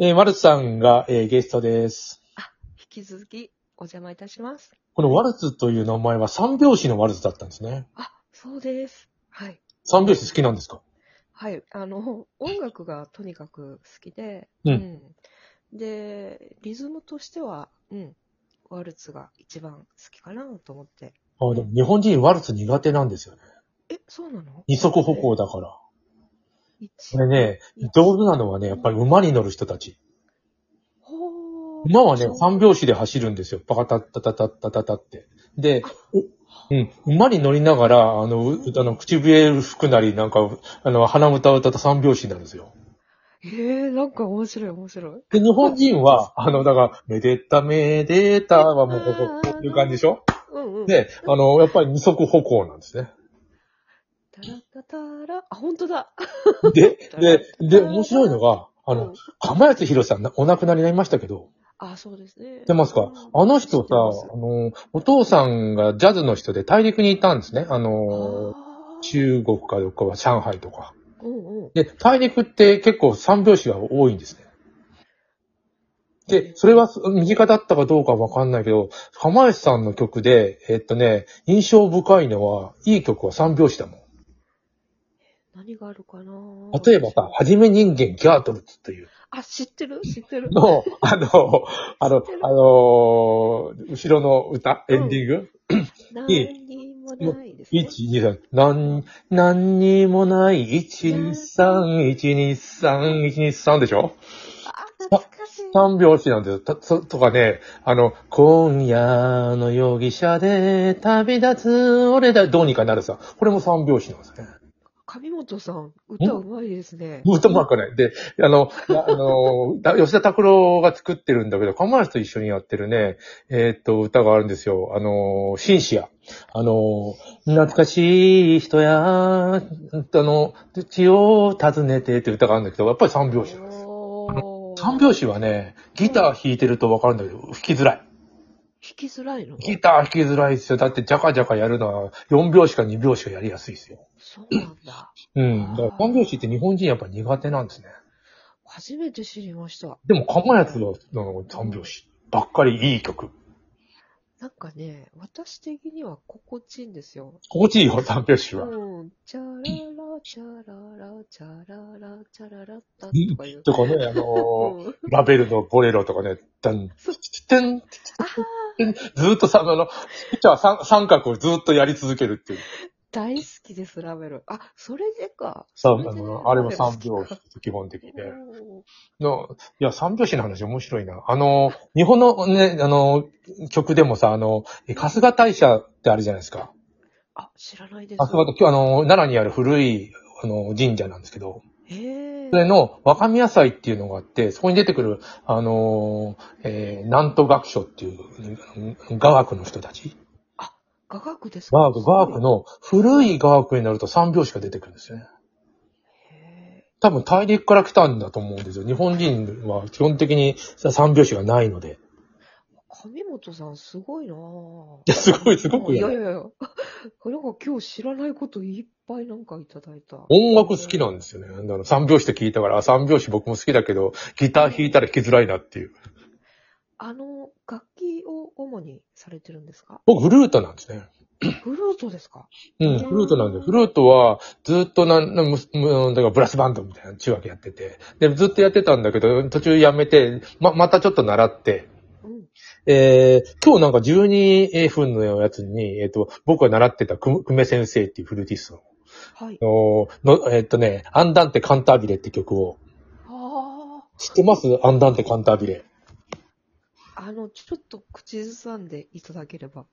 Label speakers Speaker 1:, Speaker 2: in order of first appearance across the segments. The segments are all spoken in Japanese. Speaker 1: えーワルツさんが、えーゲストです。
Speaker 2: 引き続きお邪魔いたします。
Speaker 1: このワルツという名前は三拍子のワルツだったんですね。
Speaker 2: あ、そうです。はい。
Speaker 1: 三拍子好きなんですか
Speaker 2: はい。あの、音楽がとにかく好きで、
Speaker 1: うん
Speaker 2: うんで、リズムとしては、うん。ワルツが一番好きかなと思って。
Speaker 1: あーでも日本人ワルツ苦手なんですよね。
Speaker 2: え、そうなの
Speaker 1: 二足歩行だから。
Speaker 2: 一
Speaker 1: これね、上手なのはね、やっぱり馬に乗る人たち。
Speaker 2: ほー
Speaker 1: 馬はね、
Speaker 2: そう
Speaker 1: 三拍子で走るんですよ。パカタッタタタッタタタって。で、ううん、馬に乗りながら、あの、うあの口笛吹くなり、なんか、あの、鼻歌を歌った三拍子になるんですよ。
Speaker 2: えー、なんか面白い面白い。
Speaker 1: で、日本人は、あの、だから、めでためでたはもうここ、こういう感じでしょ
Speaker 2: うんうん。
Speaker 1: で、あの、やっぱり二足歩行なんですね。
Speaker 2: タラタタラ、あ、本当だ。
Speaker 1: で、で、で、面白いのが、あ
Speaker 2: う
Speaker 1: の
Speaker 2: ん、
Speaker 1: 釜安博さんな、お亡くなりになりましたけど、
Speaker 2: あ、そうですね。
Speaker 1: 知ってますかあの人さ、あの、お父さんがジャズの人で大陸にいたんですね。あの、
Speaker 2: 中、
Speaker 1: 中国かどっかは上海とか。
Speaker 2: うんうん。
Speaker 1: で、大陸って結構三拍子が多いんですね。で、それは右肩だったかどうかわかんないけど、釜石さんの曲で、えっとね、印象深いのは、いい曲は三拍子だもん。
Speaker 2: 何があるかな
Speaker 1: 例えばさ、はじめ人間ギャートルズっていう
Speaker 2: あ、知ってる知ってる。
Speaker 1: の、あの、あの、あのー後ろの歌、エンディング、
Speaker 2: 何にもないです、ね。
Speaker 1: 一二三なん、なんにもない、一二三一二三一二三でしょ
Speaker 2: あ、懐かしい。
Speaker 1: 三拍子なんですよ。た、そとかね、あの、今夜の容疑者で旅立つ俺だ、どうにかなるさ。これも三拍子なんですね。
Speaker 2: 上本さん、歌うまいですね。
Speaker 1: 歌うまくない。で、あの、ああの、だ吉田拓郎が作ってるんだけど、釜橋と一緒にやってるね、えーっと、歌があるんですよ。あの、シンシア。あの、懐かしい人や、あの、血を訪ねてって歌があるんだけど、やっぱり三拍子なんです。
Speaker 2: おー
Speaker 1: 三拍子はね、ギター弾いてるとわかるんだけど、吹きづらい。
Speaker 2: 弾きづらいの
Speaker 1: ギター弾きづらいですよ。だって、ジャカジャカやるのは、4拍子か2拍子がやりやすいですよ。
Speaker 2: そうなんだ。
Speaker 1: うん。だから、3拍子って日本人やっぱ苦手なんですね。
Speaker 2: 初めて知りました。
Speaker 1: でも、かまやつは、あの、3拍子。ばっかりいい曲。
Speaker 2: なんかね、私的には心地いいんですよ。
Speaker 1: 心地いいよ、3拍子
Speaker 2: う
Speaker 1: は。
Speaker 2: ん。チャララ、チャララ、チャララ、チャララッタとかいう。
Speaker 1: とかね、あの
Speaker 2: うん
Speaker 1: ー、ラベルのボレロとかね、ダン、
Speaker 2: そう
Speaker 1: チテン、
Speaker 2: あー
Speaker 1: ずーっとさ、あの、ピッチャー三三角をずーっとやり続けるっていう。
Speaker 2: 大好きです、ラベル。あ、それでか。
Speaker 1: さあ、あ
Speaker 2: それで
Speaker 1: の、あれは
Speaker 2: ラ
Speaker 1: 3
Speaker 2: ベル好
Speaker 1: 拍
Speaker 2: きか
Speaker 1: 子、基本的にね。
Speaker 2: おー
Speaker 1: の、いや、三拍子の話面白いな。あの、日本のね、あの、曲でもさ、あの、え春日大社ってあるじゃないですか。
Speaker 2: あ、知らないです。
Speaker 1: 春日と、今日あの、奈良にある古い、あの、神社なんですけど、
Speaker 2: へえ
Speaker 1: そ。れの若見野菜っていうのがあって、そこに出てくる、あの、えー、南都学所っていう、うん雅楽の人たち。
Speaker 2: 雅楽ですか
Speaker 1: 雅楽、雅楽。の、古い雅楽になると三拍子が出てくるんですよね。
Speaker 2: へ
Speaker 1: 多分大陸から来たんだと思うんですよ。日本人は基本的に三拍子がないので。
Speaker 2: ー上本さんすごいなぁ。
Speaker 1: いやすごいすごく
Speaker 2: い
Speaker 1: よ
Speaker 2: やいやいや。 なんか今日知らないこといっぱいなんかいただいた。
Speaker 1: 音楽好きなんですよね。あの三拍子って聞いたから、あ三拍子僕も好きだけど、ギター弾いたら弾きづらいなっていう。
Speaker 2: あの、楽器を主にされてるんですか
Speaker 1: 僕、フルートなんですね。
Speaker 2: フルートですか
Speaker 1: うん、フルートなんで、フルートは、ずっとなん、なんむむだからブラスバンドみたいな中学やってて、で、ずっとやってたんだけど、途中やめて、ま、またちょっと習って、
Speaker 2: うん。
Speaker 1: えー、今日なんか12分のやつに、えっ、と、僕が習ってたく、久米先生っていうフルーティスト
Speaker 2: はい。
Speaker 1: の、のえっ、とね、アンダンテカンタービレって曲を、
Speaker 2: あ
Speaker 1: 知ってますアンダンテカンタービレ。
Speaker 2: あ。あの、ちょっと口ずさんでいただければ。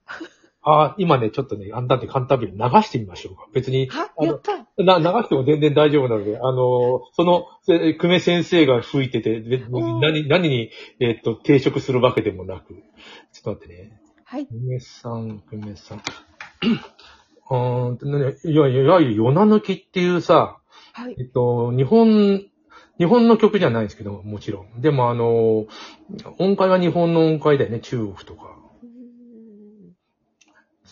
Speaker 1: ああ、今ね、ちょっとね、アンダーテカンタービレ流してみましょうか。別に、
Speaker 2: は
Speaker 1: あの
Speaker 2: やった
Speaker 1: な、流しても全然大丈夫なので、あのーその、せ久米先生が吹いてて、別
Speaker 2: お
Speaker 1: に
Speaker 2: ー
Speaker 1: 何、何に、えっと、抵触するわけでもなく。ちょっと待ってね。
Speaker 2: はい。
Speaker 1: 久米さん、久米さん。 うーんと、ね、いやいや、いわゆる夜な抜きっていうさ、
Speaker 2: はい。
Speaker 1: えっと、日本、日本の曲じゃないんですけど、もちろん。でもあのー音階は日本の音階だよね、中国とか。
Speaker 2: う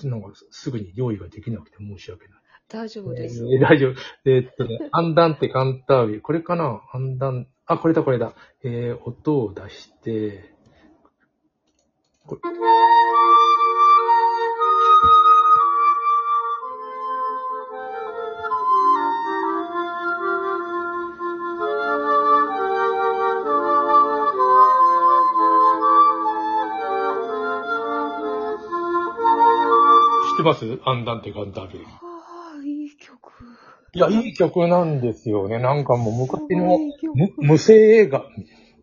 Speaker 2: ーん
Speaker 1: なんかすぐに用意ができなくて申し訳ない。
Speaker 2: 大丈夫です。
Speaker 1: えー大丈夫。えーっとね、アンダンテカンタービレ。これかなアンダン、あ、これだ、これだ。えー、音を出して、これ。知ってますアンダンテガンダル。
Speaker 2: ああ、いい曲。
Speaker 1: いや、いい曲なんですよね。なんかもう昔の
Speaker 2: いい曲
Speaker 1: む無声映画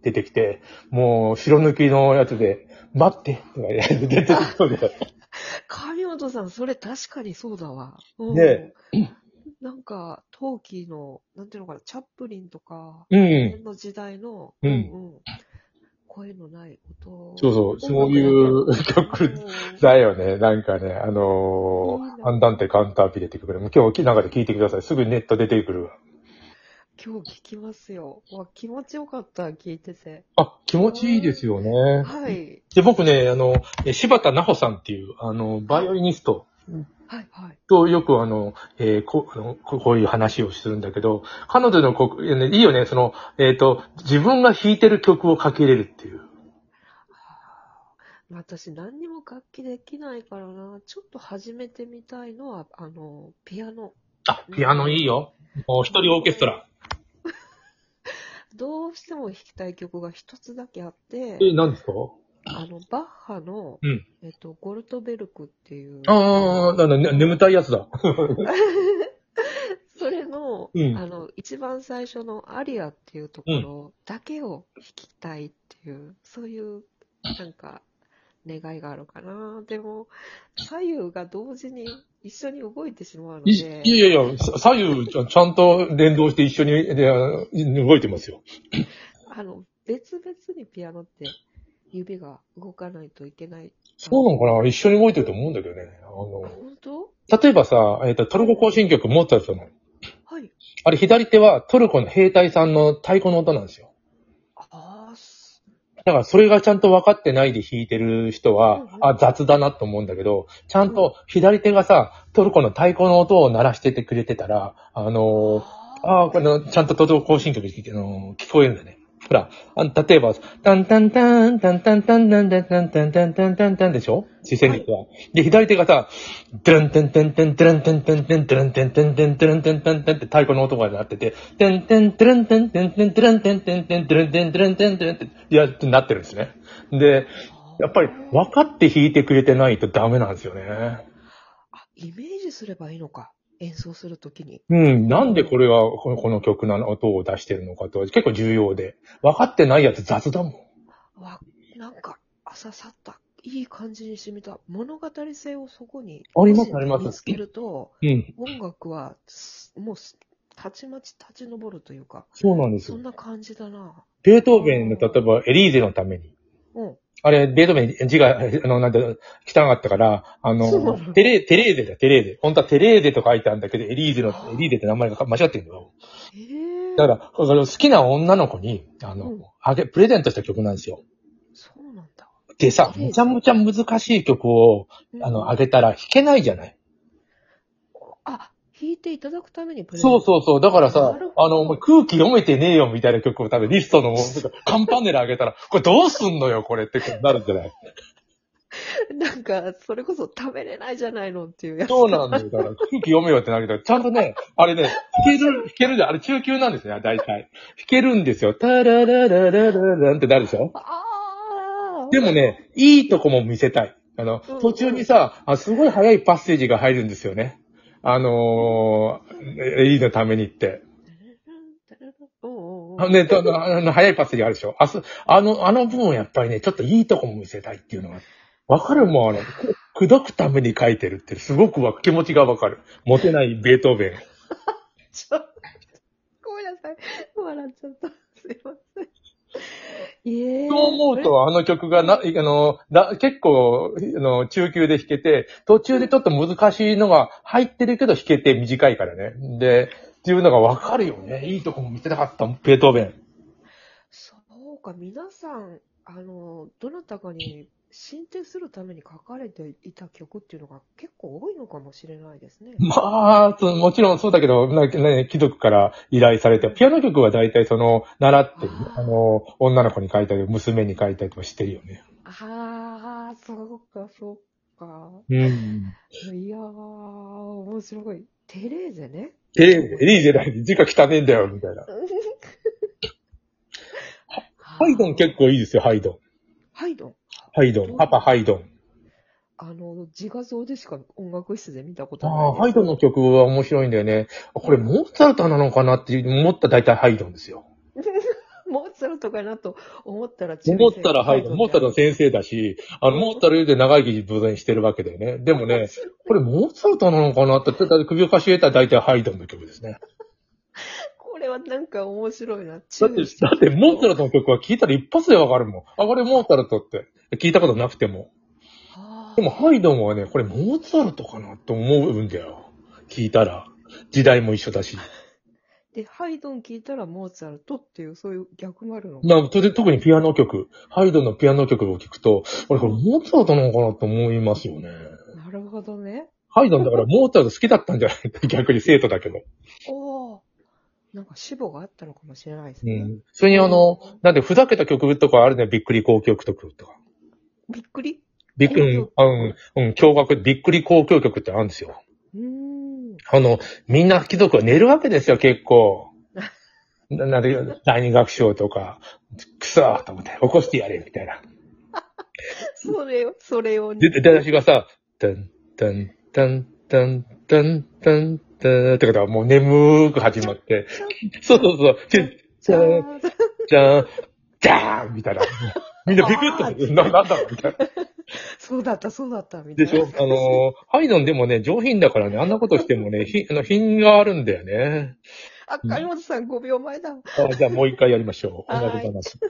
Speaker 1: 出てきて、もう白抜きのやつで、待ってとかやって出てきそうで。
Speaker 2: 神本さん、それ確かにそうだわ。うん
Speaker 1: ね
Speaker 2: なんか、陶器の、なんていうのかな、チャップリンとか、
Speaker 1: うん。
Speaker 2: の時代の、
Speaker 1: うん
Speaker 2: うん声のない音。
Speaker 1: そうそう、そういう曲
Speaker 2: う
Speaker 1: だよね。なんかね、あの
Speaker 2: いい
Speaker 1: ー、
Speaker 2: な
Speaker 1: アンダンテカンターピ出てくる。もう今日、中で聞いてください。すぐネット出てくるわ。
Speaker 2: ん今日聞きますよ。わ、気持ちよかった、聞いてて。
Speaker 1: あ、気持ちいいですよね。
Speaker 2: はい。
Speaker 1: で、僕ね、あの、え柴田奈穂さんっていう、あの、バイオリニスト
Speaker 2: はい、はい。
Speaker 1: とよくあの、えーこあのここういう話をするんだけど、彼女のこ、えーねいいよね、その、えっ、と、自分が弾いてる曲をかけれるっていう。
Speaker 2: 私、何にも楽器できないからな、ちょっと始めてみたいのは、あの、ピアノ。
Speaker 1: あ、ピアノいいよ。もう一人オーケストラ。
Speaker 2: どうしても弾きたい曲が一つだけあって、
Speaker 1: え、何ですか
Speaker 2: あの、バッハの、
Speaker 1: うん
Speaker 2: えっと、ゴルトベルクっていう、
Speaker 1: ああ、なんだ、ね眠たいやつだ。
Speaker 2: それの、
Speaker 1: うん
Speaker 2: あの、一番最初のアリアっていうところだけを弾きたいっていう、そういう、なんか、願いがあるかな。でも、左右が同時に一緒に動いてしまうの
Speaker 1: い
Speaker 2: で、
Speaker 1: いやいやいや、さ左右ちゃんちゃんと連動して一緒にであの動いてますよ。
Speaker 2: あの、別々にピアノって指が動かないといけない。
Speaker 1: そうなのかな一緒に動いてると思うんだけどね。あ
Speaker 2: あ
Speaker 1: の、
Speaker 2: 本当
Speaker 1: 例えばさ、えっ、と、トルコ行進曲モーツァルトの、
Speaker 2: はい。
Speaker 1: あれ左手はトルコの兵隊さんの太鼓の音なんですよ。
Speaker 2: ああ、す
Speaker 1: だからそれがちゃんと分かってないで弾いてる人は、
Speaker 2: うんうん
Speaker 1: あ、雑だなと思うんだけど、ちゃんと左手がさ、トルコの太鼓の音を鳴らしててくれてたら、あのー、
Speaker 2: あ
Speaker 1: あーこの、ちゃんとトルコ行進曲で聞けあのー聞こえるんだね。ほら、あの例えば、タンタンタン、タンタンタンタンタンタンタンタンタンタンタンでしょ視線力は。で、左手がさ、ドゥランテンテンテンテランテンテンテンテランテンテンテンテランテンテンテンって太鼓の音が鳴ってて、テンテンテランテンテンテンテランテンテンテンテランテンテランテンテンって、いや、ってなってるんですね。で、やっぱり分かって弾いてくれてないとダメなんですよね。
Speaker 2: あ、イメージすればいいのか。演奏するときに。
Speaker 1: うん、なんでこれが、このこの曲なの音を出してるのかとは結構重要で。分かってないやつ雑だもん。
Speaker 2: わ、なんか、朝さった。いい感じに染みた。物語性をそこに。
Speaker 1: ありますあります
Speaker 2: 見つけると、
Speaker 1: うん、
Speaker 2: 音楽はす、もうす、たちまち立ち上るというか、
Speaker 1: そうなんです
Speaker 2: そ
Speaker 1: よ
Speaker 2: ん。な感じだな。
Speaker 1: ベートーベンの、例えばエリーゼのために。
Speaker 2: うん。
Speaker 1: あれ、ベートーベン字が、あの、なんだ、汚かったから、あ
Speaker 2: そう
Speaker 1: の
Speaker 2: な、の
Speaker 1: テレ、テレーゼだ、テレーゼ。本当はテレーゼと書いてあるんだけど、エリーゼの、エリーゼって名前が間違ってるんだよ。
Speaker 2: へえ。
Speaker 1: だから、その好きな女の子に、あ
Speaker 2: う
Speaker 1: の
Speaker 2: ん、
Speaker 1: あげ、プレゼントした曲なんですよ。
Speaker 2: そうなんだ。
Speaker 1: でさ、
Speaker 2: テレーゼ
Speaker 1: めちゃめちゃ難しい曲を、
Speaker 2: うん
Speaker 1: あの、あげたら弾けないじゃない。
Speaker 2: あ、弾いていただくためにプレゼン
Speaker 1: そ
Speaker 2: ト
Speaker 1: うそうそう。だからさ
Speaker 2: なる、ほど
Speaker 1: あの、お前空気読めてねえよみたいな曲を多分リストの、カンパネラあげたら、これどうすんのよ、これってなるんじゃない
Speaker 2: なんか、それこそ食べれないじゃないのっていうやつ。
Speaker 1: そうなんだよ。だから、空気読めよってなるけど、ちゃんとね、あれね、弾ける、弾けるじゃん。あれ中級なんですね、大体。弾けるんですよ。タラララララランってなるでしょ
Speaker 2: ああ。
Speaker 1: でもね、いいとこも見せたい。あの、途中にさ、あすごい早いパッセージが入るんですよね。あのー、いいのためにって。
Speaker 2: おうおうお
Speaker 1: あの
Speaker 2: う
Speaker 1: ね、とあのあの、早いパッセージあるでしょ。あす、あの、あの部分やっぱりね、ちょっといいとこも見せたいっていうのが。わかるもん、あの、くどくために書いてるって、すごくわ、気持ちがわかる。モテないベートーベン。
Speaker 2: ちょっと、ごめんなさい。笑っちゃった。すいません。ええ
Speaker 1: そう思うと、あの曲がな、あの、だ結構、あの、中級で弾けて、途中でちょっと難しいのが入ってるけど弾けて短いからね。で、っていうのがわかるよね。いいとこも見せたかった、ベートーベン。
Speaker 2: そそうか、皆さん、あの、どなたかに進呈するために書かれていた曲っていうのが結構多いのかもしれないですね。
Speaker 1: まあ、そもちろんそうだけど、なね、貴族から依頼されて、ピアノ曲は大体その、習ってる
Speaker 2: あ、ー
Speaker 1: あの、女の子に書いたり、娘に書いたりとかしてるよね。
Speaker 2: ああ、そうか、そうか。
Speaker 1: うん。
Speaker 2: いやー、面白い。テレーゼね。
Speaker 1: ええ、エリーゼだに字が汚ねえんだよ、みたいな。ハイドン結構いいですよ、ハイドン。
Speaker 2: ハイドン。
Speaker 1: ハイドン。パパ、ハイドン。
Speaker 2: あの、自画像でしか音楽室で見たこと
Speaker 1: あ
Speaker 2: ない
Speaker 1: あ、
Speaker 2: です
Speaker 1: ハイドンの曲は面白いんだよね。あこれ、モーツァルトなのかなって思ったら大体ハイドンですよ。
Speaker 2: モーツァルトかなと思ったら、
Speaker 1: 思ったらハイドン。モーツァルト
Speaker 2: ル
Speaker 1: の先生だし、あの、モーツァルトで長生き当然してるわけだよね。でもね、これモーツァルトなのかなって、だって首をかしげたら大体ハイドンの曲ですね。
Speaker 2: これはなんか面白いな。だっ
Speaker 1: だって、だってモーツァルトの曲は聴いたら一発でわかるもん。あ、これモーツァルトって。聞いたことなくても。
Speaker 2: あ
Speaker 1: でもハイドンはね、これモーツァルトかなと思うんだよ。聞いたら。時代も一緒だし。
Speaker 2: ーで、ハイドン聞いたらモーツァルトっていう、そういう逆もあるの。
Speaker 1: まあ、とで特にピアノ曲、ハイドンのピアノ曲を聞くと、俺これモーツァルトなのかなと思いますよね。
Speaker 2: なるほどね。
Speaker 1: ハイドンだからモーツァルト好きだったんじゃない逆に生徒だけど。
Speaker 2: おお。なんか死母があったのかもしれないです
Speaker 1: う
Speaker 2: ね。
Speaker 1: ん。それにあの、なんでふざけた曲とかあるね、びっくり公共曲とか。
Speaker 2: びっくり
Speaker 1: びっくり、う
Speaker 2: 交
Speaker 1: ん、うん、うん驚愕、びっくり公共曲ってあるんですよ。
Speaker 2: うーん。
Speaker 1: あの、みんな貴族は寝るわけですよ、結構。 な、なんで、第二楽章とか、くそーと思って、起こしてやれ、みたいな。
Speaker 2: それよ、それをね
Speaker 1: で、で、出だしがさ、タン、タン、タン、タン、タン、タン、タンってことはもう眠ーく始まって、そうそうそう、チュッ、チ
Speaker 2: じゃ
Speaker 1: ャーン、
Speaker 2: ーん
Speaker 1: チャーン、ジャーンみ たいな。みんなビクッと、な、なんだろうみたいな。
Speaker 2: そうだった、そうだった、みたい
Speaker 1: で
Speaker 2: な。
Speaker 1: しょあのー、ハイドンでもね、上品だからね、あんなことしてもね、ひあの品があるんだよね。
Speaker 2: あ、金本さん5秒前だ。
Speaker 1: あじゃあもう一回やりましょう。あ
Speaker 2: はい
Speaker 1: りがとうございます。